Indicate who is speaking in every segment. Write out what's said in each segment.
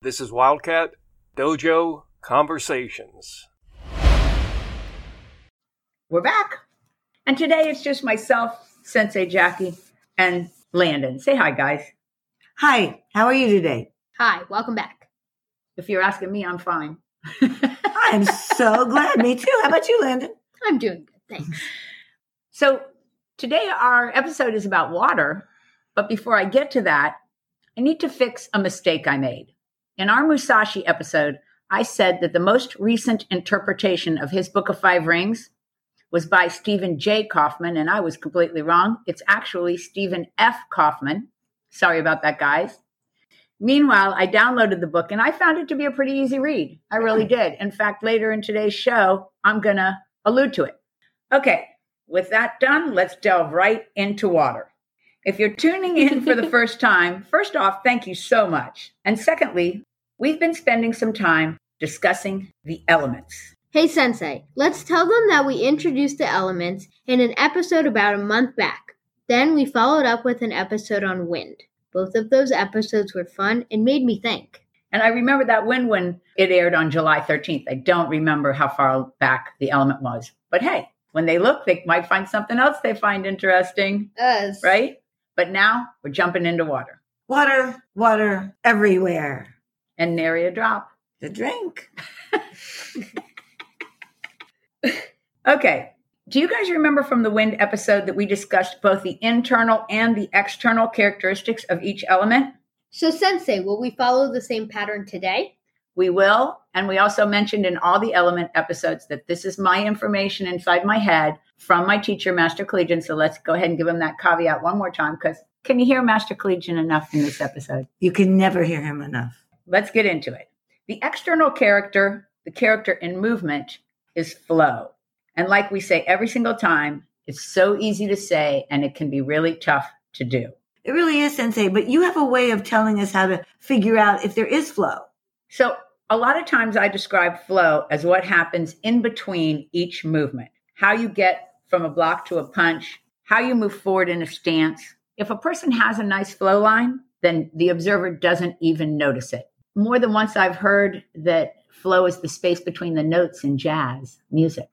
Speaker 1: This is Wildcat Dojo Conversations.
Speaker 2: We're back. And today it's just myself, Sensei Jackie, and Landon. Say hi, guys.
Speaker 3: Hi, how are you today?
Speaker 4: Hi, welcome back.
Speaker 2: If you're asking me, I'm fine.
Speaker 3: I'm so glad. Me too. How about you, Landon?
Speaker 4: I'm doing good, thanks.
Speaker 2: So today our episode is about water. But before I get to that, I need to fix a mistake I made. In our Musashi episode, I said that the most recent interpretation of his Book of Five Rings was by Stephen J. Kaufman, and I was completely wrong. It's actually Stephen F. Kaufman. Sorry about that, guys. Meanwhile, I downloaded the book and I found it to be a pretty easy read. I really did. In fact, later in today's show, I'm going to allude to it. Okay, with that done, let's delve right into water. If you're tuning in for the first time, first off, thank you so much. And secondly, we've been spending some time discussing the elements.
Speaker 4: Hey, Sensei, let's tell them that we introduced the elements in an episode about a month back. Then we followed up with an episode on wind. Both of those episodes were fun and made me think.
Speaker 2: And I remember that when when it aired on July 13th. I don't remember how far back the element was. But hey, when they look, they might find something else they find interesting,
Speaker 4: Us.
Speaker 2: right? But now we're jumping into water
Speaker 3: Water, water everywhere.
Speaker 2: and nary a drop.
Speaker 3: The drink.
Speaker 2: Okay. Do you guys remember from the wind episode that we discussed both the internal and the external characteristics of each element?
Speaker 4: So, Sensei, will we follow the same pattern today?
Speaker 2: We will. And we also mentioned in all the element episodes that this is my information inside my head from my teacher, Master Collegian. So let's go ahead and give him that caveat one more time because can you hear Master Collegian enough in this episode?
Speaker 3: You can never hear him enough.
Speaker 2: Let's get into it. The external character, the character in movement, is flow. And like we say every single time, it's so easy to say and it can be really tough to do.
Speaker 3: It really is sensei, but you have a way of telling us how to figure out if there is flow.
Speaker 2: So, a lot of times I describe flow as what happens in between each movement, how you get from a block to a punch, how you move forward in a stance. If a person has a nice flow line, then the observer doesn't even notice it. More than once, I've heard that flow is the space between the notes in jazz music.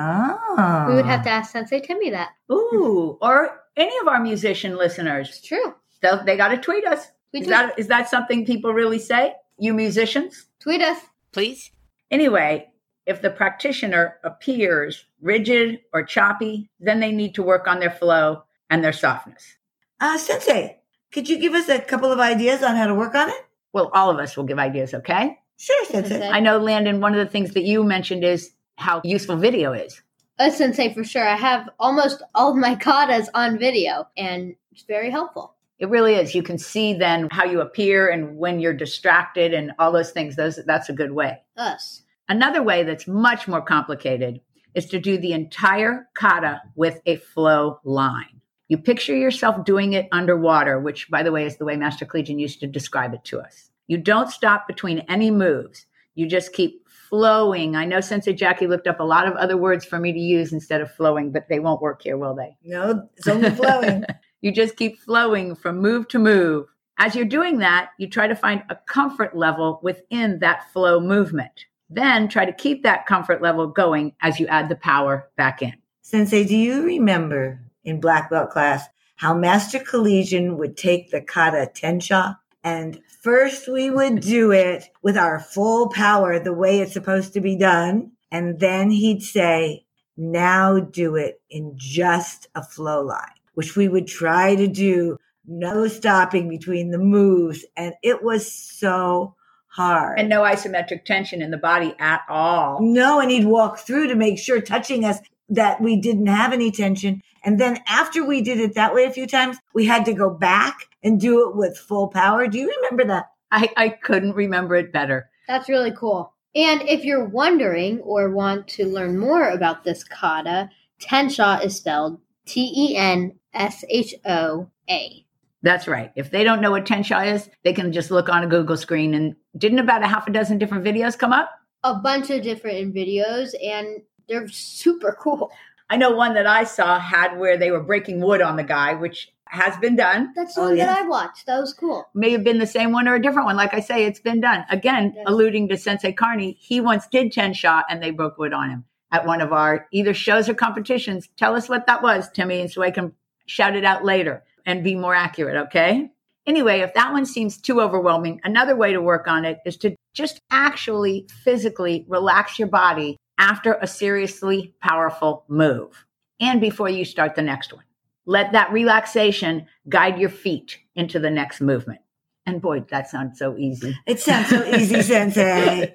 Speaker 3: Oh.
Speaker 4: We would have
Speaker 2: Uh.
Speaker 4: to ask Sensei Timmy that.
Speaker 2: Ooh, or any of our musician listeners,
Speaker 4: It's true.
Speaker 2: they'll, they got to tweet us.
Speaker 4: We
Speaker 2: is,
Speaker 4: tweet,
Speaker 2: that, is that something people really say? You musicians?
Speaker 4: tweet us.
Speaker 5: Please?
Speaker 2: Anyway, if the practitioner appears rigid or choppy, then they need to work on their flow and their softness.
Speaker 3: Uh, sensei, could you give us a couple of ideas on how to work on it?
Speaker 2: Well, all of us will give ideas, okay?
Speaker 3: Sure, sensei.
Speaker 4: Sensei.
Speaker 2: I know, Landon, one of the things that you mentioned is how useful video is.
Speaker 4: Uh, sensei, for sure. I have almost all of my katas on video, and it's very helpful.
Speaker 2: It really is. You can see then how you appear and when you're distracted and all those things. Those that's a good way.
Speaker 4: Us.
Speaker 2: Another way that's much more complicated is to do the entire kata with a flow line. You picture yourself doing it underwater, which, by the way, is the way Master Collegian used to describe it to us. You don't stop between any moves. You just keep flowing. I know Sensei Jackie looked up a lot of other words for me to use instead of flowing, but they won't work here, will they?
Speaker 3: No, it's only flowing.
Speaker 2: You just keep flowing from move to move. As you're doing that, you try to find a comfort level within that flow movement. Then try to keep that comfort level going as you add the power back in.
Speaker 3: Sensei, do you remember in black belt class how Master Collegian would take the kata tensha? And first we would do it with our full power, the way it's supposed to be done. And then he'd say, now do it in just a flow line, which we would try to do, no stopping between the moves. And it was so hard.
Speaker 2: And no isometric tension in the body at all.
Speaker 3: No, and he'd walk through to make sure, touching us, that we didn't have any tension. And then after we did it that way a few times, we had to go back and do it with full power. Do you remember that?
Speaker 2: I, I couldn't remember it better.
Speaker 4: That's really cool. And if you're wondering or want to learn more about this kata, Tensha is spelled T E N S H O A.
Speaker 2: That's right. If they don't know what tensha is, they can just look on a Google screen. And didn't about a half a dozen different videos come up?
Speaker 4: A bunch of different videos, and they're super cool.
Speaker 2: I know one that I saw had where they were breaking wood on the guy, which has been done.
Speaker 4: That's the
Speaker 3: Oh,
Speaker 4: one
Speaker 3: yeah.
Speaker 4: that I watched. That was cool.
Speaker 2: May have been the same one or a different one. Like I say, it's been done. Again,
Speaker 4: Yes.
Speaker 2: alluding to Sensei Carney, he once did Tensha and they broke wood on him at one of our either shows or competitions. Tell us what that was, Timmy, and so I can shout it out later and be more accurate, okay? Anyway, if that one seems too overwhelming, another way to work on it is to just actually physically relax your body after a seriously powerful move and before you start the next one. Let that relaxation guide your feet into the next movement. And boy, that sounds so easy.
Speaker 3: It sounds so easy, Sensei.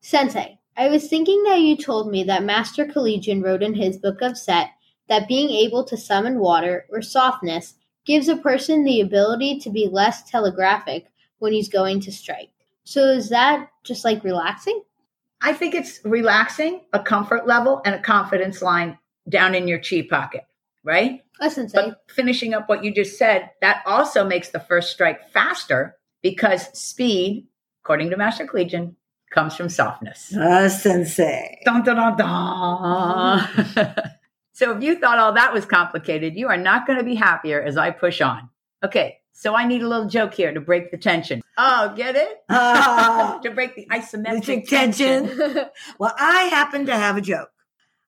Speaker 4: Sensei, I was thinking that you told me that Master Collegian wrote in his book of set that being able to summon water or softness gives a person the ability to be less telegraphic when he's going to strike. So is that just like relaxing?
Speaker 2: I think it's relaxing, a comfort level, and a confidence line down in your chi pocket, right?
Speaker 4: That's Uh, Sensei.
Speaker 2: But finishing up what you just said, that also makes the first strike faster because speed, according to Master Collegian, comes from softness.
Speaker 3: Oh, Sensei.
Speaker 2: Dun, dun, dun, dun. so if you thought all that was complicated, you are not going to be happier as I push on. Okay, so I need a little joke here to break the tension. Oh, get it?
Speaker 3: Oh,
Speaker 2: to break the
Speaker 3: Metric
Speaker 2: isometric
Speaker 3: tension.
Speaker 2: tension.
Speaker 3: well, I happen to have a joke.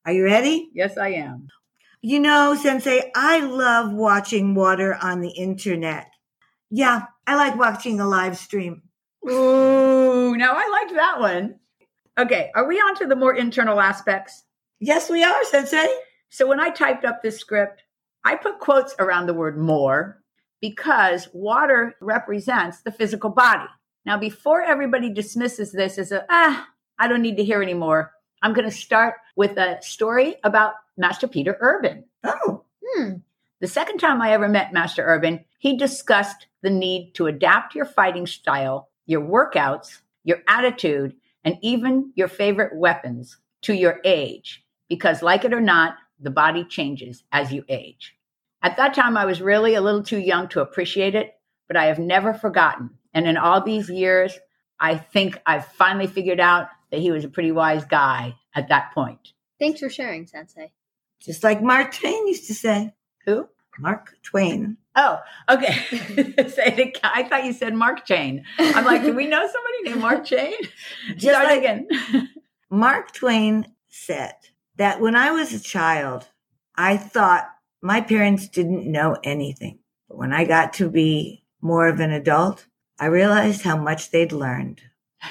Speaker 3: Are you ready?
Speaker 2: yes, I am.
Speaker 3: You know, Sensei, I love watching water on the internet. Yeah, I like watching a live stream.
Speaker 2: Ooh, now I liked that one. Okay, are we on to the more internal aspects?
Speaker 3: Yes, we are, Sensei.
Speaker 2: So when I typed up this script, I put quotes around the word more because water represents the physical body. Now, before everybody dismisses this as a, ah, I don't need to hear anymore, I'm going to start with a story about Master Peter Urban.
Speaker 3: Oh,
Speaker 4: Hmm.
Speaker 2: The second time I ever met Master Urban, he discussed the need to adapt your fighting style, your workouts, your attitude, and even your favorite weapons to your age, because like it or not, the body changes as you age. At that time, I was really a little too young to appreciate it, but I have never forgotten. And in all these years, I think I've finally figured out that he was a pretty wise guy at that point.
Speaker 4: Thanks for sharing, Sensei.
Speaker 3: just like Mark Twain used to say.
Speaker 2: Who?
Speaker 3: Mark Twain.
Speaker 2: Oh, okay. Say it again. I thought you said Mark Chain. I'm like, do we know somebody named Mark Chain?
Speaker 3: Just
Speaker 2: Start
Speaker 3: like-
Speaker 2: again.
Speaker 3: Mark Twain said that when I was a child, I thought my parents didn't know anything. But when I got to be more of an adult, I realized how much they'd learned.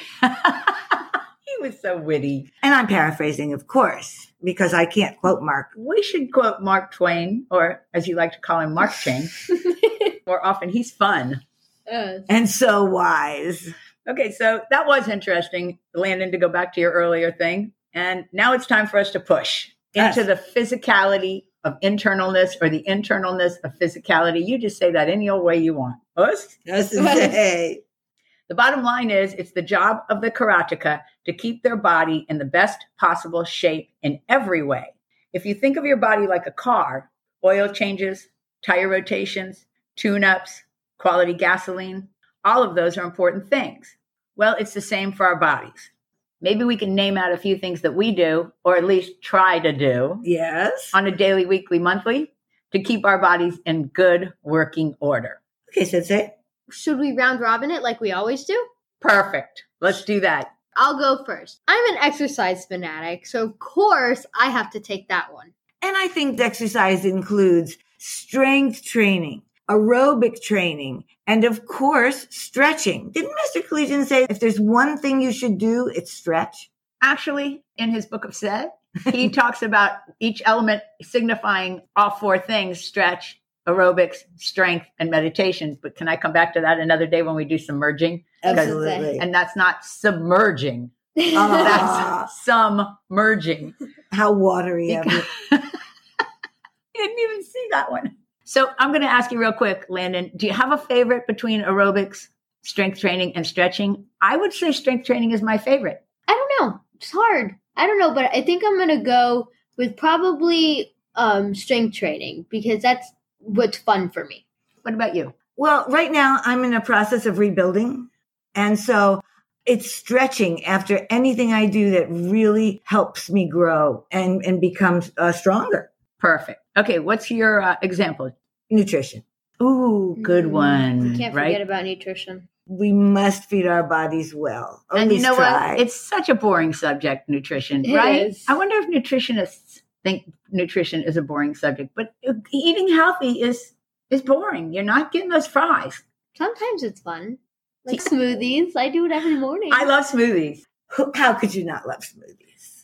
Speaker 2: he was so witty.
Speaker 3: And I'm paraphrasing, of course, because I can't quote Mark.
Speaker 2: We should quote Mark Twain, or as you like to call him, Mark Chain. More often, he's fun.
Speaker 4: Uh,
Speaker 3: And so wise.
Speaker 2: Okay, so that was interesting, Landon, to go back to your earlier thing. And now it's time for us to push
Speaker 3: Yes.
Speaker 2: into the physicality of internalness or the internalness of physicality. You just say that any old way you want. Us?
Speaker 3: Just to say,
Speaker 2: The bottom line is it's the job of the karateka to keep their body in the best possible shape in every way. If you think of your body like a car, oil changes, tire rotations, tune ups, quality gasoline, all of those are important things. Well, it's the same for our bodies. Maybe we can name out a few things that we do, or at least try to do,
Speaker 3: yes.
Speaker 2: on a daily, weekly, monthly to keep our bodies in good working order.
Speaker 3: Okay, Sensei.
Speaker 4: should we round robin it like we always do?
Speaker 2: Perfect. Let's do that.
Speaker 4: I'll go first. I'm an exercise fanatic, so of course I have to take that one.
Speaker 3: And I think the exercise includes strength training, aerobic training, and of course, stretching. Didn't Mr. Collegian say if there's one thing you should do, it's stretch?
Speaker 2: actually in his book of set he talks about each element signifying all four things stretch aerobics strength and meditation but can i come back to that another day when we do submerging
Speaker 4: Absolutely.
Speaker 2: and that's not submerging
Speaker 3: Ah.
Speaker 2: that's some merging
Speaker 3: How watery of you.
Speaker 2: i didn't even see that one so i'm going to ask you real quick landon do you have a favorite between aerobics strength training and stretching i would say strength training is my favorite
Speaker 4: I don't know. It's hard. I don't know, but I think I'm gonna go with probably um strength training because that's what's fun for me.
Speaker 2: what about you
Speaker 3: Well, right now I'm in a process of rebuilding. And so it's stretching after anything I do that really helps me grow and, and become uh, stronger.
Speaker 2: Perfect. Okay, what's your uh, example?
Speaker 3: Nutrition.
Speaker 2: Ooh, good
Speaker 4: Mm,
Speaker 2: one.
Speaker 4: Can't
Speaker 2: right?
Speaker 4: forget about nutrition.
Speaker 3: We must feed our bodies well. Or at
Speaker 2: and you
Speaker 3: least
Speaker 2: know
Speaker 3: try.
Speaker 2: what? It's such a boring subject, nutrition,
Speaker 4: It
Speaker 2: right?
Speaker 4: is.
Speaker 2: I wonder if nutritionists think nutrition is a boring subject, but e-, eating healthy is is boring. You're not getting those fries.
Speaker 4: Sometimes it's fun. Like smoothies. I do it every morning.
Speaker 2: I love smoothies,
Speaker 3: Who- How could you not love smoothies?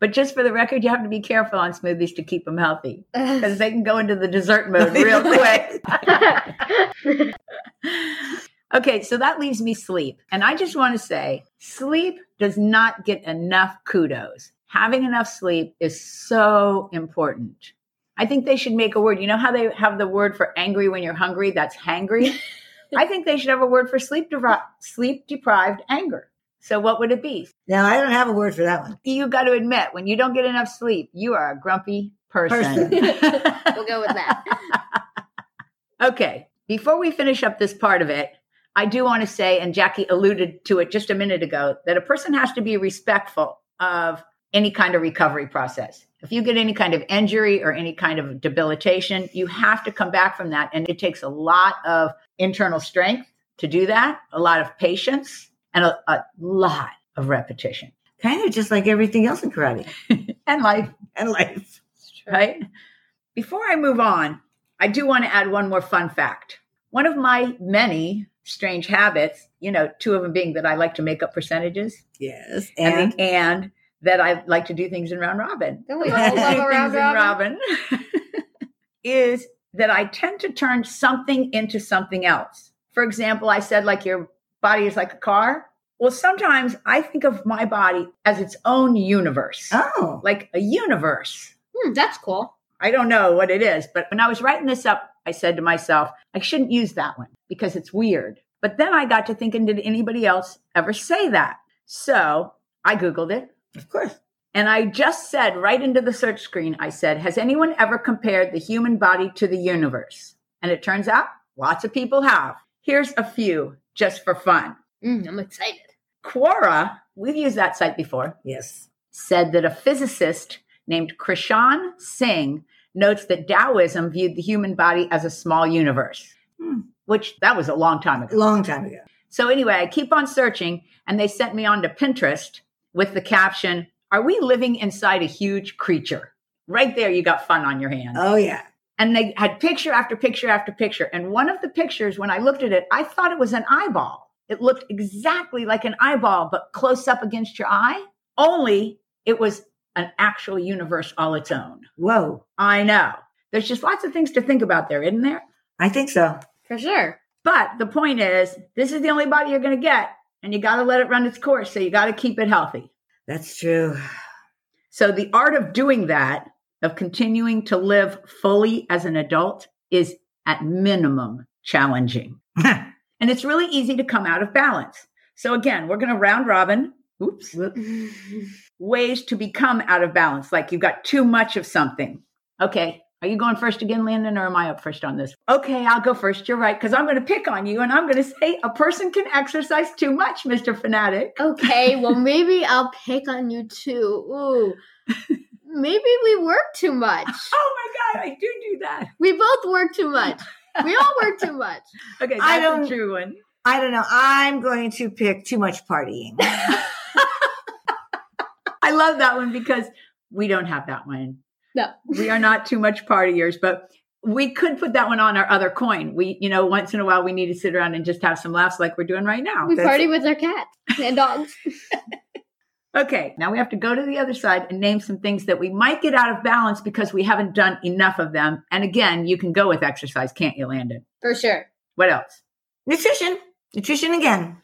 Speaker 2: but just for the record, you have to be careful on smoothies to keep them healthy because
Speaker 4: love
Speaker 2: they can go into the dessert mode real quick. okay, so that leaves me sleep. And I just want to say sleep does not get enough kudos. Having enough sleep is so important. I think they should make a word. You know how they have the word for angry when you're hungry? That's hangry. I think they should have a word for sleep deprived, sleep deprived anger. So what would it be?
Speaker 3: Now, I don't have a word for that one.
Speaker 2: You got to admit, when you don't get enough sleep, you are a grumpy person.
Speaker 4: we'll go with that.
Speaker 2: Okay, before we finish up this part of it, I do want to say, and Jackie alluded to it just a minute ago, that a person has to be respectful of any kind of recovery process. If you get any kind of injury or any kind of debilitation, you have to come back from that. And it takes a lot of internal strength to do that, a lot of patience, and a, a lot of repetition
Speaker 3: Kind of just like everything else in karate
Speaker 2: and life.
Speaker 3: and life.
Speaker 4: It's true.
Speaker 2: right? Before I move on, I do want to add one more fun fact. One of my many strange habits, you know, two of them being that I like to make up percentages
Speaker 3: Yes.
Speaker 2: and,
Speaker 3: And
Speaker 2: and that I like to do things in round robin.
Speaker 4: Don't we
Speaker 2: I do
Speaker 4: all love
Speaker 2: things
Speaker 4: around
Speaker 2: in
Speaker 4: Robin?
Speaker 2: robin is that I tend to turn something into something else. For example, I said like your body is like a car. Well, sometimes I think of my body as its own universe,
Speaker 3: oh,
Speaker 2: like a universe.
Speaker 4: Hmm, that's cool.
Speaker 2: I don't know what it is, but when I was writing this up, I said to myself, I shouldn't use that one because it's weird. But then I got to thinking, did anybody else ever say that? So I Googled it
Speaker 3: of course.
Speaker 2: and I just said right into the search screen, I said, has anyone ever compared the human body to the universe? And it turns out lots of people have. Here's a few just for fun.
Speaker 4: Mm, I'm excited.
Speaker 2: Quora, we've used that site before
Speaker 3: Yes.
Speaker 2: said that a physicist named Krishan Singh notes that Taoism viewed the human body as a small universe,
Speaker 3: Hmm.
Speaker 2: which that was a long time ago.
Speaker 3: Long time ago.
Speaker 2: So, anyway, I keep on searching, and they sent me on to Pinterest with the caption Are we living inside a huge creature? Right there, you got fun on your hands.
Speaker 3: Oh, yeah.
Speaker 2: And they had picture after picture after picture. And one of the pictures, when I looked at it, I thought it was an eyeball. It looked exactly like an eyeball, but close up against your eye, only it was an actual universe all its own.
Speaker 3: Whoa.
Speaker 2: I know. There's just lots of things to think about there, isn't there?
Speaker 3: I think so.
Speaker 4: For sure.
Speaker 2: But the point is, this is the only body you're going to get, and you got to let it run its course. So you got to keep it healthy.
Speaker 3: That's true.
Speaker 2: So the art of doing that, of continuing to live fully as an adult, is at minimum challenging. And it's really easy to come out of balance. So again, we're going to round robin. Oops. Ways to become out of balance, like you've got too much of something. Okay. Are you going first again, Landon, or am I up first on this? Okay, I'll go first. You're right, because I'm going to pick on you and I'm going to say a person can exercise too much, Mr. Fanatic.
Speaker 4: okay, well, maybe I'll pick on you too. Ooh. Maybe we work too much.
Speaker 2: Oh my God, I do do that.
Speaker 4: We both work too much. We all work too much.
Speaker 2: Okay, that's
Speaker 3: I don't-
Speaker 2: a true one.
Speaker 3: I don't know. I'm going to pick too much partying.
Speaker 2: I love that one because we don't have that one.
Speaker 4: No.
Speaker 2: We are not too much partiers, but we could put that one on our other coin. We, you know, once in a while we need to sit around and just have some laughs like we're doing right now.
Speaker 4: We
Speaker 3: That's-
Speaker 4: party with our cats and dogs.
Speaker 2: Okay, now we have to go to the other side and name some things that we might get out of balance because we haven't done enough of them. And again, you can go with exercise, can't you, Landon?
Speaker 4: For sure.
Speaker 2: What else?
Speaker 3: Nutrition. Nutrition again.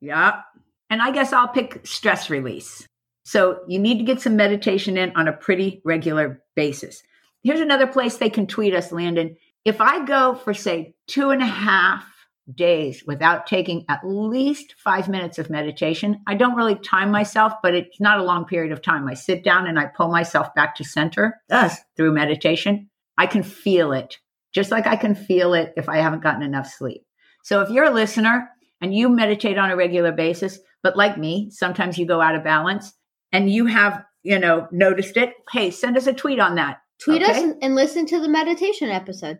Speaker 2: Yeah. And I guess I'll pick stress release. So you need to get some meditation in on a pretty regular basis. Here's another place they can tweet us, Landon. If I go for, say, two and a half days without taking at least five minutes of meditation, I don't really time myself, but it's not a long period of time. I sit down and I pull myself back to center
Speaker 3: Us.
Speaker 2: through meditation, I can feel it, just like I can feel it if I haven't gotten enough sleep. So if you're a listener and you meditate on a regular basis, but like me, sometimes you go out of balance and you have, you know, noticed it, hey, send us a tweet on that.
Speaker 4: Tweet
Speaker 2: Okay.
Speaker 4: us and listen to the meditation episode.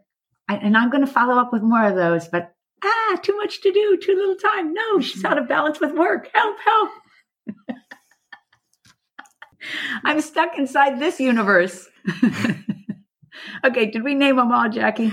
Speaker 2: I, and I'm going to follow up with more of those, but ah, too much to do, too little time. No, she's out of balance with work. Help, help. I'm stuck inside this universe. okay, did we name them all, Jackie?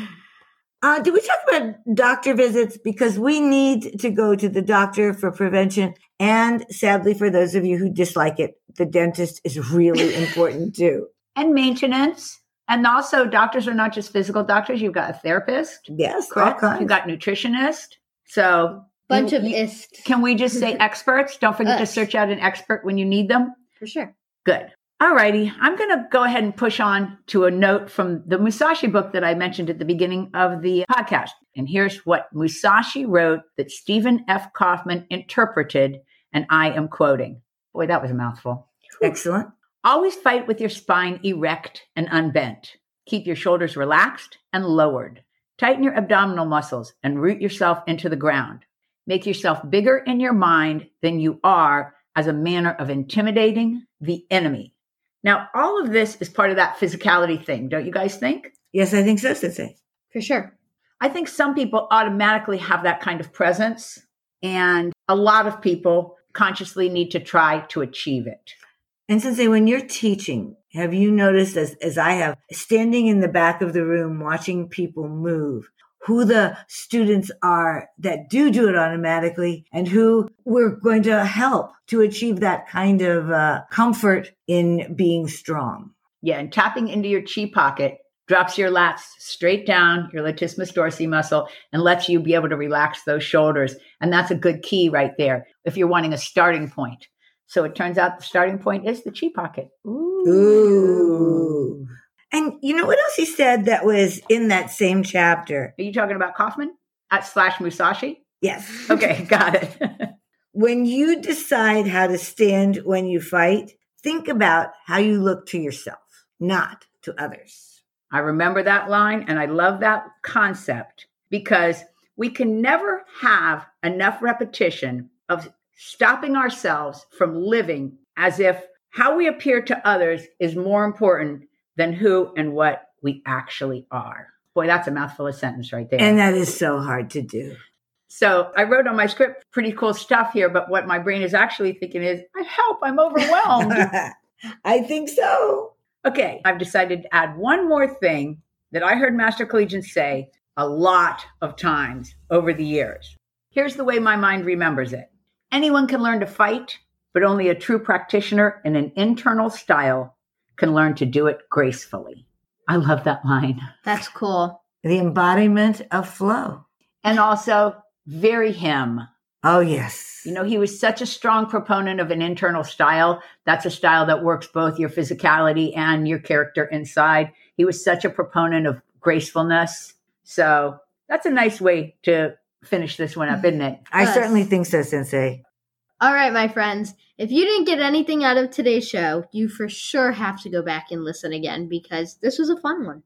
Speaker 3: Uh, did we talk about doctor visits? Because we need to go to the doctor for prevention. And sadly, for those of you who dislike it, the dentist is really important too.
Speaker 2: And maintenance. And also, doctors are not just physical doctors. You've got a therapist,
Speaker 3: Yes,
Speaker 2: correct?
Speaker 3: all kinds.
Speaker 2: You've got nutritionist. So,
Speaker 4: Bunch
Speaker 2: you-
Speaker 4: of
Speaker 2: you-
Speaker 4: ists.
Speaker 2: can we just say experts? Don't forget to
Speaker 4: Us.
Speaker 2: search out an expert when you need them.
Speaker 4: For sure.
Speaker 2: Good. All righty. I'm going to go ahead and push on to a note from the Musashi book that I mentioned at the beginning of the podcast. And here's what Musashi wrote that Stephen F. Kaufman interpreted, and I am quoting. Boy, that was a mouthful.
Speaker 3: Excellent.
Speaker 2: Always fight with your spine erect and unbent. Keep your shoulders relaxed and lowered. Tighten your abdominal muscles and root yourself into the ground. Make yourself bigger in your mind than you are as a manner of intimidating the enemy. Now, all of this is part of that physicality thing, don't you guys think?
Speaker 3: Yes, I think so, Sensei.
Speaker 4: For sure.
Speaker 2: I think some people automatically have that kind of presence, and a lot of people consciously need to try to achieve it.
Speaker 3: And Sensei, when you're teaching, have you noticed, as, as I have, standing in the back of the room watching people move, who the students are that do do it automatically and who we're going to help to achieve that kind of uh, comfort in being strong?
Speaker 2: Yeah, and tapping into your chi pocket drops your lats straight down, your latissimus dorsi muscle, and lets you be able to relax those shoulders. And that's a good key right there if you're wanting a starting point. So it turns out the starting point is the chi pocket. Ooh.
Speaker 3: Ooh. And you know what else he said that was in that same chapter?
Speaker 2: Are you talking about Kaufman at slash Musashi?
Speaker 3: Yes.
Speaker 2: Okay, got it.
Speaker 3: When you decide how to stand when you fight, think about how you look to yourself, not to others.
Speaker 2: I remember that line and I love that concept because we can never have enough repetition of stopping ourselves from living as if how we appear to others is more important than who and what we actually are. Boy, that's a mouthful of sentence right there.
Speaker 3: And that is so hard to do.
Speaker 2: so I wrote on my script pretty cool stuff here, but what my brain is actually thinking is, I help, I'm overwhelmed.
Speaker 3: I think so.
Speaker 2: Okay, I've decided to add one more thing that I heard Master Collegian say a lot of times over the years. Here's the way my mind remembers it anyone can learn to fight, but only a true practitioner in an internal style can learn to do it gracefully. I love that line.
Speaker 4: That's cool.
Speaker 3: The embodiment of flow.
Speaker 2: And also, very him.
Speaker 3: Oh, yes.
Speaker 2: You know, he was such a strong proponent of an internal style. That's a style that works both your physicality and your character inside. He was such a proponent of gracefulness. So that's a nice way to finish this one
Speaker 3: Mm-hmm.
Speaker 2: up, isn't it?
Speaker 3: I
Speaker 4: Us.
Speaker 3: certainly think so, Sensei.
Speaker 4: All right, my friends. If you didn't get anything out of today's show, you for sure have to go back and listen again because this was a fun one.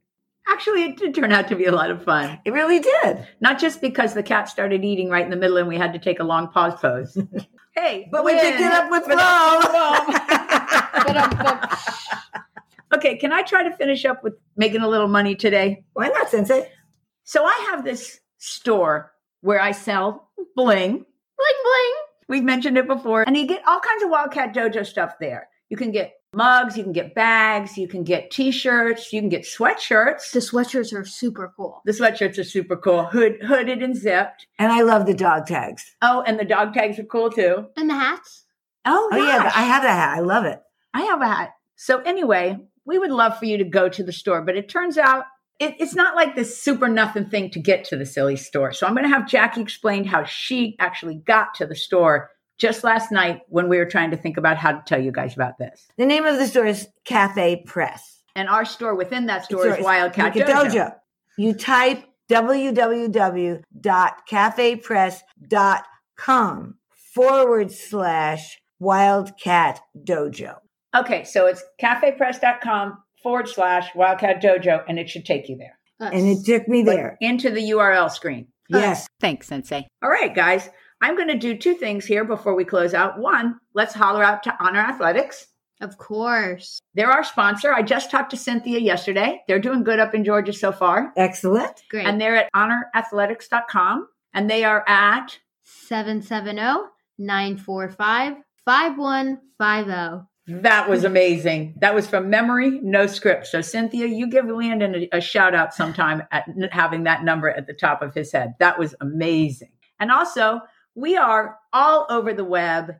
Speaker 2: Actually, it did turn out to be a lot of fun.
Speaker 3: It really did.
Speaker 2: Not just because the cat started eating right in the middle and we had to take a long pause pose. hey,
Speaker 3: But we
Speaker 2: win.
Speaker 3: picked it up with flow.
Speaker 4: But, um, but-
Speaker 2: Okay, can I try to finish up with making a little money today?
Speaker 3: Why not, Sensei?
Speaker 2: So I have this store where I sell bling.
Speaker 4: bling bling.
Speaker 2: We've mentioned it before. And you get all kinds of Wildcat Dojo stuff there. You can get mugs, you can get bags, you can get t shirts, you can get sweatshirts.
Speaker 4: The sweatshirts are super cool.
Speaker 2: The sweatshirts are super cool, Hood, hooded and zipped.
Speaker 3: And I love the dog tags.
Speaker 2: Oh, and the dog tags are cool too.
Speaker 4: And the hats?
Speaker 2: Oh,
Speaker 3: Oh, yeah. I have a hat. I love it.
Speaker 2: I have a hat. So anyway, we would love for you to go to the store, but it turns out it, it's not like this super nothing thing to get to the silly store. So I'm going to have Jackie explain how she actually got to the store just last night when we were trying to think about how to tell you guys about this.
Speaker 3: The name of the store is Cafe Press.
Speaker 2: And our store within that store
Speaker 3: Sorry,
Speaker 2: is Wildcat
Speaker 3: Wicked
Speaker 2: Dojo.
Speaker 3: You type www.cafepress.com forward slash Wildcat Dojo.
Speaker 2: Okay, so it's cafepress.com forward slash Wildcat Dojo, and it should take you there
Speaker 4: Us.
Speaker 3: And it took me there.
Speaker 2: into the URL screen.
Speaker 3: Yes.
Speaker 5: Thanks, Sensei.
Speaker 2: All right, guys, I'm going to do two things here before we close out. One, let's holler out to Honor Athletics.
Speaker 4: Of course.
Speaker 2: They're our sponsor. I just talked to Cynthia yesterday. They're doing good up in Georgia so far.
Speaker 3: Excellent.
Speaker 4: Great.
Speaker 2: And they're at honorathletics.com and they are at
Speaker 4: 770 945 5150.
Speaker 2: That was amazing. That was from memory, no script. So, Cynthia, you give Landon a, a shout out sometime at n- having that number at the top of his head. That was amazing. And also, we are all over the web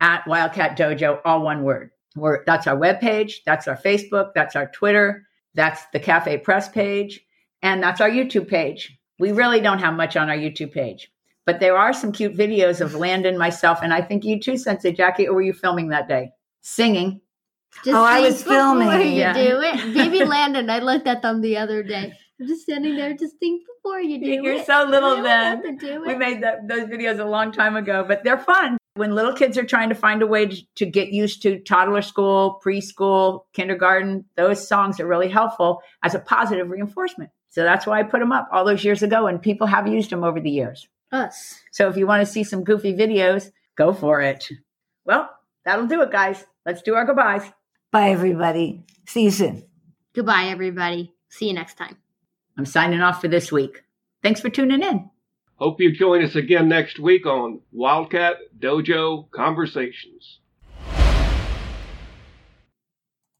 Speaker 2: at Wildcat Dojo, all one word. We're, that's our webpage, that's our Facebook, that's our Twitter, that's the Cafe Press page, and that's our YouTube page. We really don't have much on our YouTube page, but there are some cute videos of Landon, myself, and I think you too, Sensei Jackie, or were you filming that day? singing.
Speaker 4: Just
Speaker 3: Oh, I
Speaker 4: think
Speaker 3: was filming,
Speaker 4: Before you
Speaker 2: yeah.
Speaker 4: do it. Baby Landon, I looked at them the other day. I'm just standing there, just think before you do
Speaker 2: You're
Speaker 4: it.
Speaker 2: so little
Speaker 4: You don't
Speaker 2: then.
Speaker 4: have to do
Speaker 2: We
Speaker 4: it.
Speaker 2: made that, those videos a long time ago, but they're fun. When little kids are trying to find a way to, to get used to toddler school, preschool, kindergarten, those songs are really helpful as a positive reinforcement. So that's why I put them up all those years ago, and people have used them over the years.
Speaker 4: Us.
Speaker 2: So if you want to see some goofy videos, go for it. Well, that'll do it, guys. Let's do our goodbyes.
Speaker 3: Bye, everybody. See you soon.
Speaker 4: Goodbye, everybody. See you next time.
Speaker 2: I'm signing off for this week. Thanks for tuning in.
Speaker 1: Hope you join us again next week on Wildcat Dojo Conversations.